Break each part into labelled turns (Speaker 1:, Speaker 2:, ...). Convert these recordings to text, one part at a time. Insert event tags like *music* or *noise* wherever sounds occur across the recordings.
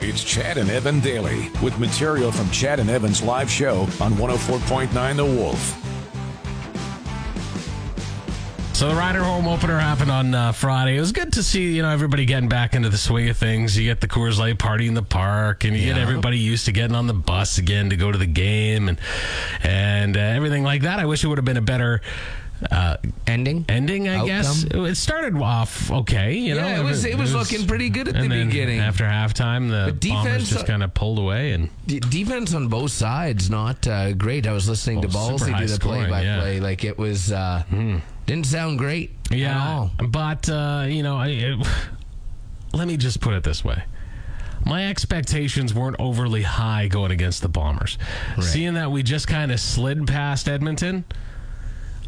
Speaker 1: It's Chad and Evan Daily with material from Chad and Evan's live show on 104.9 The Wolf.
Speaker 2: So the Ryder Home opener happened on uh, Friday. It was good to see you know everybody getting back into the swing of things. You get the Coors Light party in the park, and you get everybody used to getting on the bus again to go to the game, and and uh, everything like that. I wish it would have been a better uh,
Speaker 3: ending.
Speaker 2: ending. I guess
Speaker 3: Outcome?
Speaker 2: it started off okay. You know,
Speaker 3: Yeah, it was- it was looking pretty good at
Speaker 2: and
Speaker 3: the
Speaker 2: then
Speaker 3: beginning.
Speaker 2: After halftime, the,
Speaker 3: The
Speaker 2: Bombers
Speaker 3: defense-
Speaker 2: just kind of pulled away and.
Speaker 3: D- defense on both sides not uh, great. I was listening to
Speaker 2: Well,
Speaker 3: Ballsy
Speaker 2: super high
Speaker 3: do the
Speaker 2: scoring, Hmm.
Speaker 3: play-by-play. Like it was uh, didn't sound great at all.
Speaker 2: But, uh, you know, I, it, *sighs* let me just put it this way. My expectations weren't overly high going against the Bombers. Seeing that we just kind of slid past Edmonton,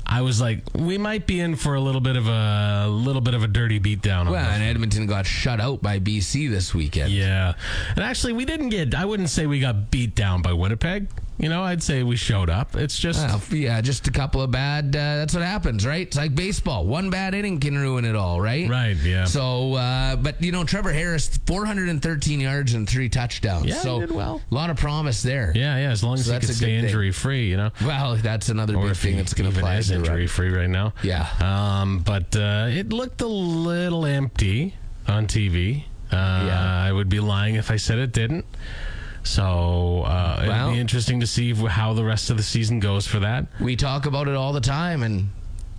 Speaker 2: I was like, we might be in for a little bit of a, little bit of a dirty beatdown. on
Speaker 3: Well,
Speaker 2: them.
Speaker 3: and Edmonton got shut out by BC this weekend.
Speaker 2: Yeah. And actually, we didn't get, I wouldn't say we got beat down by Winnipeg. You know, I'd say we showed up. It's just,
Speaker 3: Well, yeah, just a couple of bad. Uh, that's what happens, right? It's like baseball. One bad inning can ruin it all, right?
Speaker 2: Right, yeah.
Speaker 3: So, uh, but you know, Trevor Harris, 413 yards and three touchdowns.
Speaker 2: Yeah, he
Speaker 3: so
Speaker 2: did well.
Speaker 3: A lot of promise there.
Speaker 2: yeah, yeah, as long as
Speaker 3: So
Speaker 2: you
Speaker 3: that's
Speaker 2: can
Speaker 3: a
Speaker 2: stay
Speaker 3: good thing.
Speaker 2: injury free, you know.
Speaker 3: Well, that's another
Speaker 2: or
Speaker 3: big
Speaker 2: if
Speaker 3: thing
Speaker 2: he
Speaker 3: that's going to
Speaker 2: even
Speaker 3: apply.
Speaker 2: is
Speaker 3: to the run.
Speaker 2: injury free right now.
Speaker 3: Yeah.
Speaker 2: Um, but uh, it looked a little empty on TV. Uh,
Speaker 3: Yeah.
Speaker 2: I would be lying if I said it didn't. So uh, it'll
Speaker 3: Well-
Speaker 2: be interesting to see how the rest of the season goes for that.
Speaker 3: We talk about it all the time, and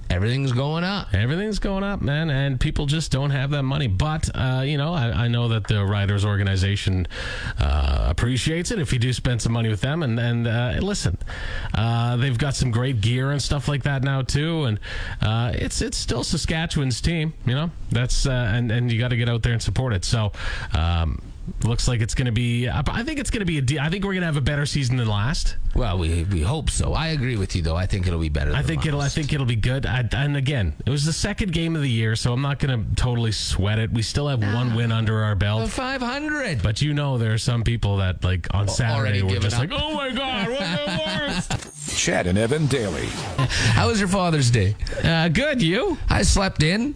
Speaker 3: everything's going up.
Speaker 2: Everything's going up, man, and people just don't have that money. But uh, you know, I, I know that the riders organization uh, appreciates it if you do spend some money with them. And and uh, listen, uh, they've got some great gear and stuff like that now too. And uh, it's it's still Saskatchewan's team, you know. That's uh, and and you got to get out there and support it. So. Um, Looks like it's going to be. I I think it's going to be a. De- I think we're going to have a better season than last.
Speaker 3: Well, we we hope so. I agree with you, though. I think it'll be better.
Speaker 2: I
Speaker 3: than
Speaker 2: think it'll. I
Speaker 3: last.
Speaker 2: think it'll be good. I, and again, it was the second game of the year, so I'm not going to totally sweat it. We still have one win under our
Speaker 3: The
Speaker 2: belt.
Speaker 3: 500.
Speaker 2: But you know, there are some people that like on Saturday
Speaker 3: already
Speaker 2: were
Speaker 3: given
Speaker 2: just
Speaker 3: up.
Speaker 2: like, "Oh my god,
Speaker 3: *laughs*
Speaker 2: what the worst?"
Speaker 1: Chad and Evan Daily.
Speaker 3: How was your Father's Day?
Speaker 2: Uh, good, you?
Speaker 3: I slept in.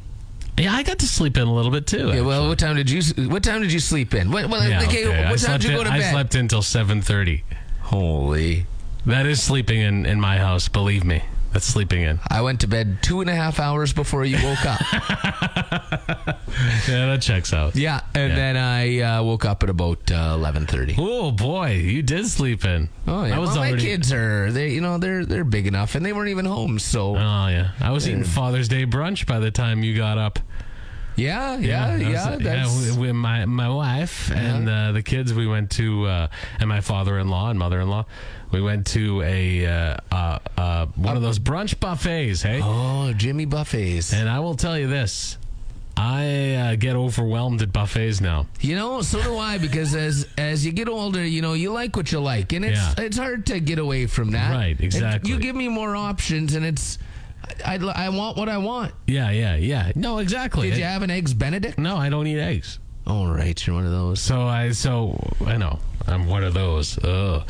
Speaker 2: Yeah, I got to sleep in a little bit too.
Speaker 3: Yeah, well, what time did you what time did you sleep in? What, what,
Speaker 2: Yeah,
Speaker 3: okay,
Speaker 2: okay. I
Speaker 3: what time
Speaker 2: slept
Speaker 3: did you go
Speaker 2: in-
Speaker 3: to bed?
Speaker 2: I slept until seven thirty.
Speaker 3: Holy!
Speaker 2: That is sleeping in in my house. Believe me, that's sleeping
Speaker 3: *laughs*
Speaker 2: in.
Speaker 3: I went to bed two and a half hours before you woke
Speaker 2: *laughs*
Speaker 3: up.
Speaker 2: Yeah, that checks out.
Speaker 3: yeah, and
Speaker 2: Yeah.
Speaker 3: then I uh, woke up at about uh, eleven thirty.
Speaker 2: Oh boy, you did sleep in.
Speaker 3: Oh yeah,
Speaker 2: I was
Speaker 3: well, my
Speaker 2: already.
Speaker 3: kids are they you know they're they're big enough and they weren't even home, so
Speaker 2: Oh yeah, I was eating Father's Day brunch by the time you got up.
Speaker 3: yeah, yeah, yeah.
Speaker 2: that was-
Speaker 3: that's,
Speaker 2: yeah, we, we- my my wife and uh, the kids. We went to uh, and my father-in-law and mother-in-law. We went to a uh, uh, uh, one of those brunch buffets. Hey,
Speaker 3: oh, Jimmy buffets.
Speaker 2: and I will tell you this: I uh, get overwhelmed at buffets now.
Speaker 3: You know, so do I because as as you get older, you know, you like what you like, and it's
Speaker 2: Yeah.
Speaker 3: it's hard to get away from that.
Speaker 2: Right,
Speaker 3: And
Speaker 2: exactly.
Speaker 3: you give me more options, and it's I, I, I want what I want.
Speaker 2: Yeah, yeah, yeah. No, exactly.
Speaker 3: Did you have an eggs Benedict?
Speaker 2: no, I don't eat eggs.
Speaker 3: All right, you're one of those.
Speaker 2: So I so I know I'm one of those. Ugh.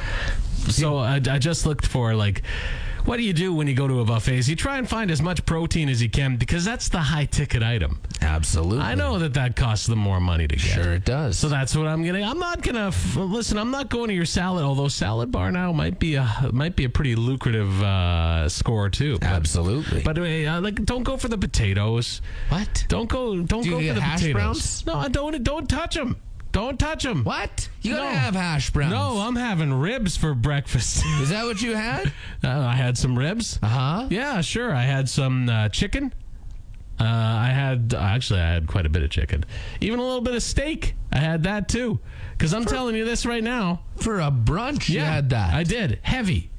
Speaker 2: So I, I just looked for like, what do you do when you go to a buffet? Is you try and find as much protein as you can because that's the high ticket item.
Speaker 3: Absolutely,
Speaker 2: I know that that costs them more money to get.
Speaker 3: Mm-hmm. Sure, it does.
Speaker 2: So that's what I'm gonna. I'm not gonna f- listen. I'm not going to your salad. Although salad bar now might be a might be a pretty lucrative uh, score too. But,
Speaker 3: Absolutely.
Speaker 2: but uh, like, don't go for the potatoes.
Speaker 3: what?
Speaker 2: Don't go. Don't
Speaker 3: Do you
Speaker 2: go
Speaker 3: get
Speaker 2: for the
Speaker 3: hash
Speaker 2: potatoes.
Speaker 3: browns?
Speaker 2: No, I don't. Don't touch them. Don't touch them.
Speaker 3: What? You
Speaker 2: No.
Speaker 3: gotta have hash browns.
Speaker 2: No, uh I'm having ribs for breakfast. *laughs*
Speaker 3: Is that what you had?
Speaker 2: Uh, I had some ribs.
Speaker 3: Uh huh.
Speaker 2: Yeah, sure. I had some uh, chicken. Uh, I had actually I had quite a bit of chicken, even a little bit of steak. I had that too, because I'm telling you this right now.
Speaker 3: For a brunch, you had that.
Speaker 2: I did heavy.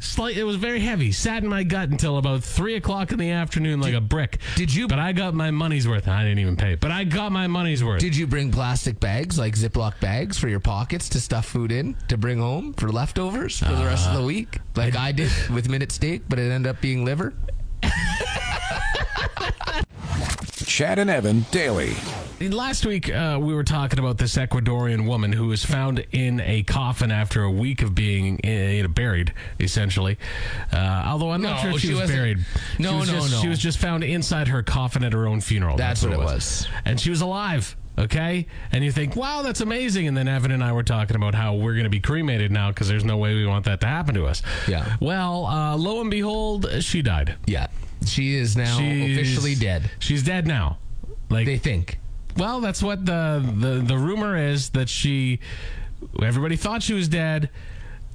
Speaker 2: Slight, it was very heavy. Sat in my gut until about three o'clock in the afternoon, like a brick.
Speaker 3: did you-
Speaker 2: But I got my money's worth. I didn't even pay, but I got my money's worth.
Speaker 3: Did you bring plastic bags, like Ziploc bags, for your pockets to stuff food in to bring home for leftovers for the rest of the week? Like Uh-huh. I, *laughs* did with minute steak, but it ended up being liver.
Speaker 1: Chad and Evan Daily.
Speaker 2: Last week, uh, we were talking about this Ecuadorian woman who was found in a coffin after a week of being uh, you know, buried, essentially. Uh, although I'm not
Speaker 3: No,
Speaker 2: sure if she,
Speaker 3: she
Speaker 2: was
Speaker 3: wasn't-
Speaker 2: buried.
Speaker 3: No,
Speaker 2: she was
Speaker 3: no,
Speaker 2: just,
Speaker 3: no.
Speaker 2: She was just found inside her coffin at her own funeral.
Speaker 3: That's what it was.
Speaker 2: And she was alive. Okay? And you think, wow, that's amazing. And then Evan and I were talking about how we're going to be cremated now because there's no way we want that to happen to us.
Speaker 3: Yeah.
Speaker 2: Well, uh, lo and behold, she died.
Speaker 3: Yeah. She is now
Speaker 2: She's-
Speaker 3: officially dead.
Speaker 2: She's dead now. Like,
Speaker 3: They think.
Speaker 2: well, that's what the, the the rumor is that she. Everybody thought she was dead,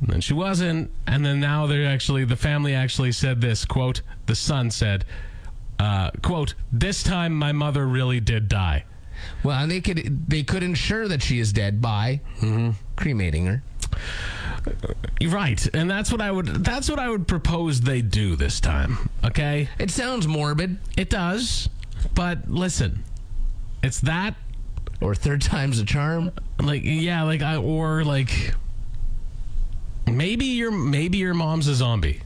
Speaker 2: and then she wasn't, and then now they're actually the family actually said this quote. The son said, uh, "quote This time my mother really did die."
Speaker 3: Well, and they could they could ensure that she is dead by cremating her.
Speaker 2: You're right, and that's what I would that's what I would propose they do this time. Okay,
Speaker 3: It sounds morbid,
Speaker 2: it does, but listen, it's that
Speaker 3: or third *laughs* time's a charm.
Speaker 2: like yeah like I or like maybe your maybe your mom's a zombie.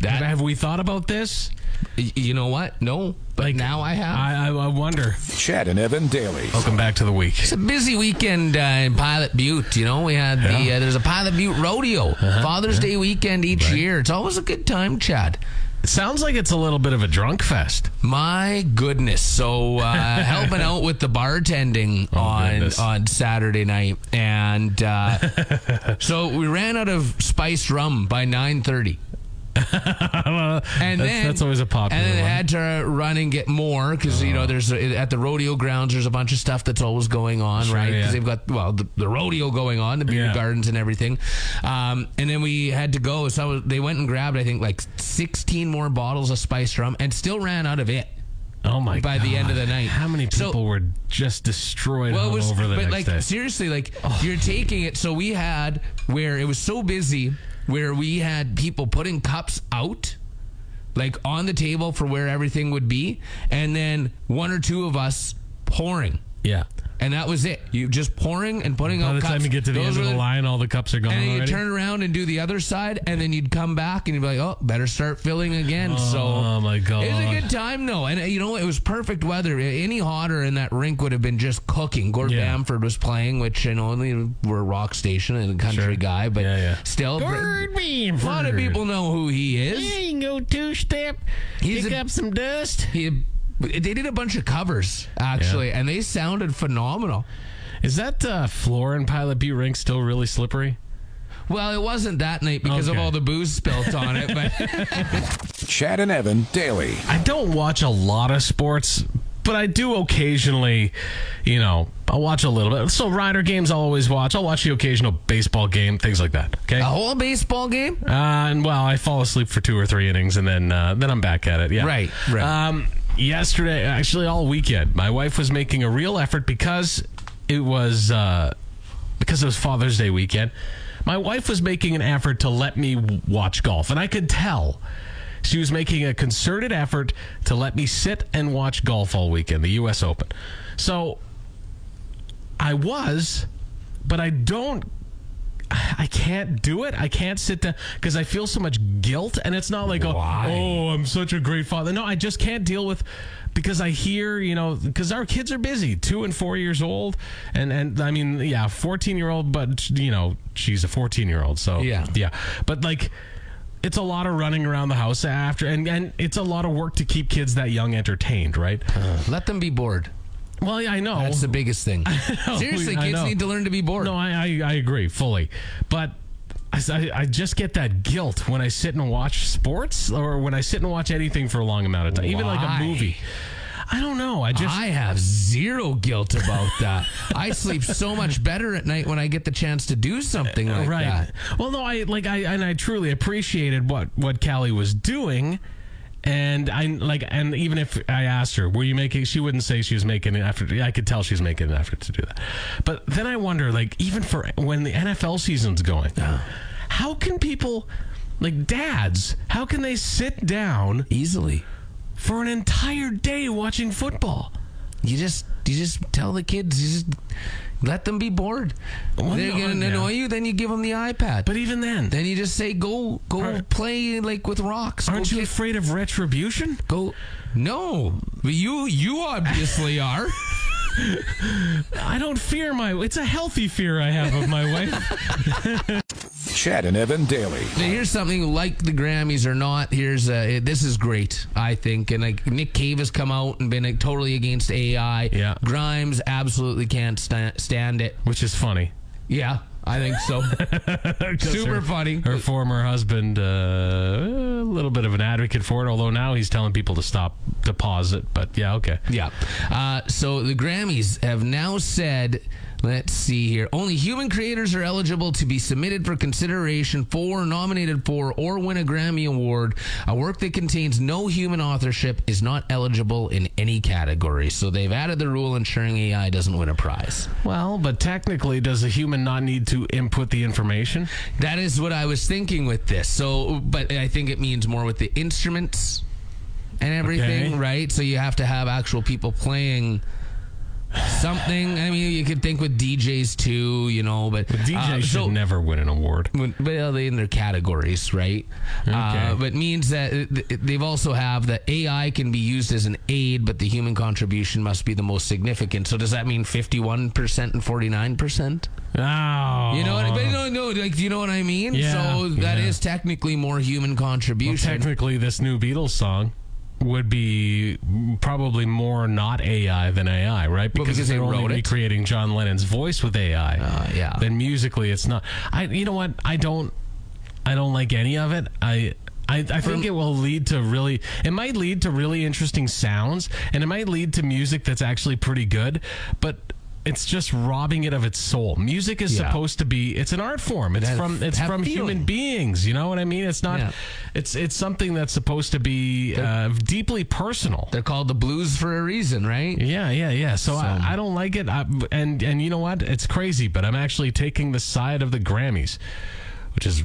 Speaker 3: That-
Speaker 2: have we thought about this?
Speaker 3: Y- You know what? No, but
Speaker 2: Like,
Speaker 3: now I have.
Speaker 2: I, I, I wonder.
Speaker 1: Chad and Evan daily.
Speaker 2: Welcome back to the week.
Speaker 3: It's a busy weekend uh, in Pilot Butte. You know, we had the uh, there's a Pilot Butte rodeo Father's Day weekend each year. It's always a good time, Chad.
Speaker 2: It sounds like it's a little bit of a drunk fest. *laughs*
Speaker 3: My goodness! So uh, helping out with the bartending on
Speaker 2: goodness.
Speaker 3: on Saturday night, and uh, so we ran out of spiced rum by nine thirty. and
Speaker 2: That's-
Speaker 3: then
Speaker 2: that's always a popular
Speaker 3: And then
Speaker 2: one. Oh.
Speaker 3: had to run and get more because you know there's at the rodeo grounds there's a bunch of stuff that's always going on,
Speaker 2: Sure,
Speaker 3: right? Because
Speaker 2: yeah.
Speaker 3: they've got well the, the rodeo going on, the beer
Speaker 2: Yeah.
Speaker 3: gardens and everything. Um, and then we had to go. So they went and grabbed I think like sixteen more bottles of spiced rum and still ran out of it.
Speaker 2: Oh my!
Speaker 3: By the end of
Speaker 2: God.
Speaker 3: the night.
Speaker 2: how many
Speaker 3: So-
Speaker 2: people were just destroyed
Speaker 3: Well, it was,
Speaker 2: over the
Speaker 3: but
Speaker 2: next
Speaker 3: like
Speaker 2: day? Oh.
Speaker 3: seriously, like you're taking it. So we had where it was so busy, where we had people putting cups out, like on the table for where everything would be, and then one or two of us pouring,
Speaker 2: Yeah.
Speaker 3: and that was it. You just pouring and putting
Speaker 2: By
Speaker 3: out.
Speaker 2: the
Speaker 3: cups.
Speaker 2: time you get to the
Speaker 3: Those
Speaker 2: end of
Speaker 3: were
Speaker 2: the line, all the cups are gone
Speaker 3: And then you
Speaker 2: already.
Speaker 3: turn around and do the other side, and then you'd come back and you'd be like, "Oh, better start filling again."
Speaker 2: oh
Speaker 3: so
Speaker 2: my god!
Speaker 3: it was a good time though, and uh, you know it was perfect weather. Uh, Any hotter in that rink would have been just cooking. Gord
Speaker 2: Yeah.
Speaker 3: Bamford was playing, which you know only we're a rock station and a country
Speaker 2: Sure.
Speaker 3: guy, but
Speaker 2: Yeah, yeah.
Speaker 3: still,
Speaker 2: Bird
Speaker 3: a lot of people know who he is.
Speaker 2: you can go two step,
Speaker 3: He's
Speaker 2: pick
Speaker 3: a-
Speaker 2: up some dust.
Speaker 3: He, they did a bunch of covers actually, and they sounded phenomenal.
Speaker 2: Is that uh, floor in Pilot Butte rink still really slippery?
Speaker 3: Well, it wasn't that night because
Speaker 2: Okay.
Speaker 3: of all the booze spilt on
Speaker 2: *laughs*
Speaker 3: it, but
Speaker 1: Chad and Evan daily.
Speaker 2: I don't watch a lot of sports, but I do occasionally, you know, I'll watch a little bit. So Rider games I'll always watch. I'll watch the occasional baseball game, things like that. Okay.
Speaker 3: a
Speaker 2: Uh,
Speaker 3: whole baseball game.
Speaker 2: and well, I fall asleep for two or three innings, and then uh, then I'm back at it. Yeah.
Speaker 3: Right, right.
Speaker 2: Um, yesterday, actually all weekend, my wife was making a real effort because it was uh, because it was Father's Day weekend. My wife was making an effort to let me w- watch golf, and I could tell she was making a concerted effort to let me sit and watch golf all weekend, the U.S. Open. So I was, but I don't. I can't do it. I can't sit down because I feel so much guilt, and it's not like, oh,
Speaker 3: Why?
Speaker 2: oh, I'm such a great father. No, I just can't deal with because I hear, you know, because our kids are busy, two and four years old, and and I mean, yeah, fourteen year old, but you know, she's a fourteen year old, so
Speaker 3: Yeah.
Speaker 2: yeah. But like, it's a lot of running around the house after, and and it's a lot of work to keep kids that young entertained, right?
Speaker 3: Let them be bored.
Speaker 2: Well, yeah, I know.
Speaker 3: That's the biggest thing.
Speaker 2: *laughs*
Speaker 3: Seriously,
Speaker 2: I
Speaker 3: kids
Speaker 2: know.
Speaker 3: need to learn to be bored.
Speaker 2: No, I, I, I agree fully. But I, I- I just get that guilt when I sit and watch sports or when I sit and watch anything for a long amount of time, even like
Speaker 3: Why?
Speaker 2: a movie. I don't know. I just.
Speaker 3: I have zero guilt about that. I sleep so much better at night when I get the chance to do something like
Speaker 2: right.
Speaker 3: that.
Speaker 2: Well, no, I like I and I truly appreciated what what Callie was doing. And I like, and even if I asked her, "Were you making?" She wouldn't say she was making an effort. I could tell she was making an effort to do that. But then I wonder, like, even for when the NFL season's going, how can people, like dads, how can they sit down
Speaker 3: Easily.
Speaker 2: for an entire day watching football?
Speaker 3: You just you just tell the kids you just let them be bored.
Speaker 2: Well,
Speaker 3: They're
Speaker 2: no,
Speaker 3: going to
Speaker 2: yeah.
Speaker 3: annoy you, then you give them the iPad.
Speaker 2: But even then,
Speaker 3: then you just say go go play like with rocks.
Speaker 2: aren't
Speaker 3: go
Speaker 2: you
Speaker 3: kick-
Speaker 2: afraid of retribution?
Speaker 3: go No. But you you obviously are.
Speaker 2: *laughs* I don't fear my. It's a healthy fear I have of my wife.
Speaker 1: Chad and Evan daily.
Speaker 3: Now, here's something like the Grammys or not. Here's uh, it- this is great, I think. And like Nick Cave has come out and been like, totally against AI.
Speaker 2: Yeah.
Speaker 3: Grimes absolutely can't sta- stand it.
Speaker 2: which is funny.
Speaker 3: Yeah, I think
Speaker 2: *laughs*
Speaker 3: so.
Speaker 2: 'Cause
Speaker 3: Super
Speaker 2: her-
Speaker 3: funny.
Speaker 2: Her former husband, uh, a little bit of an advocate for it, although now he's telling people to stop, to pause it. But yeah, okay.
Speaker 3: Yeah. Uh, so the Grammys have now said, let's see here, only human creators are eligible to be submitted for consideration for, nominated for, or win a Grammy Award. A work that contains no human authorship is not eligible in any category. So they've added the rule ensuring AI doesn't win a prize.
Speaker 2: Well, but technically, does a human not need to input the information?
Speaker 3: That is what I was thinking with this. So, but I think it means more with the instruments and everything,
Speaker 2: Okay.
Speaker 3: right? So you have to have actual people playing something. I mean, you could think with DJs too, you know, but
Speaker 2: DJ
Speaker 3: uh,
Speaker 2: should
Speaker 3: so-
Speaker 2: never win an award.
Speaker 3: when- well, they in their categories, right?
Speaker 2: Okay.
Speaker 3: Uh, but means that th- they've also have that AI can be used as an aid, but the human contribution must be the most significant. So does that mean fifty-one percent and forty-nine percent?
Speaker 2: Oh,
Speaker 3: You know what? But no, no, like do you know what I mean.
Speaker 2: Yeah.
Speaker 3: so that is
Speaker 2: Yeah.
Speaker 3: technically more human contribution.
Speaker 2: technically, this new Beatles song would be probably more not AI than AI, right?
Speaker 3: Well, because
Speaker 2: they're
Speaker 3: they wrote
Speaker 2: only
Speaker 3: it.
Speaker 2: recreating John Lennon's voice with AI.
Speaker 3: Uh, yeah.
Speaker 2: Then musically, it's not. I. You know what? I don't. I don't like any of it. I. I, I think it will lead to really. It might lead to really interesting sounds, and it might lead to music that's actually pretty good, but. It's just robbing it of its soul. Music is
Speaker 3: Yeah.
Speaker 2: supposed to be. It's an art form. It's
Speaker 3: has-
Speaker 2: from. It's
Speaker 3: have
Speaker 2: from human
Speaker 3: feeling.
Speaker 2: beings. You know what I mean? It's not.
Speaker 3: Yeah.
Speaker 2: It's it's something that's supposed to be uh, deeply personal.
Speaker 3: They're called the blues for a reason, right?
Speaker 2: Yeah, yeah, yeah. So, I, I don't like it. I, and and you know what? It's crazy, but I'm actually taking the side of the Grammys, which is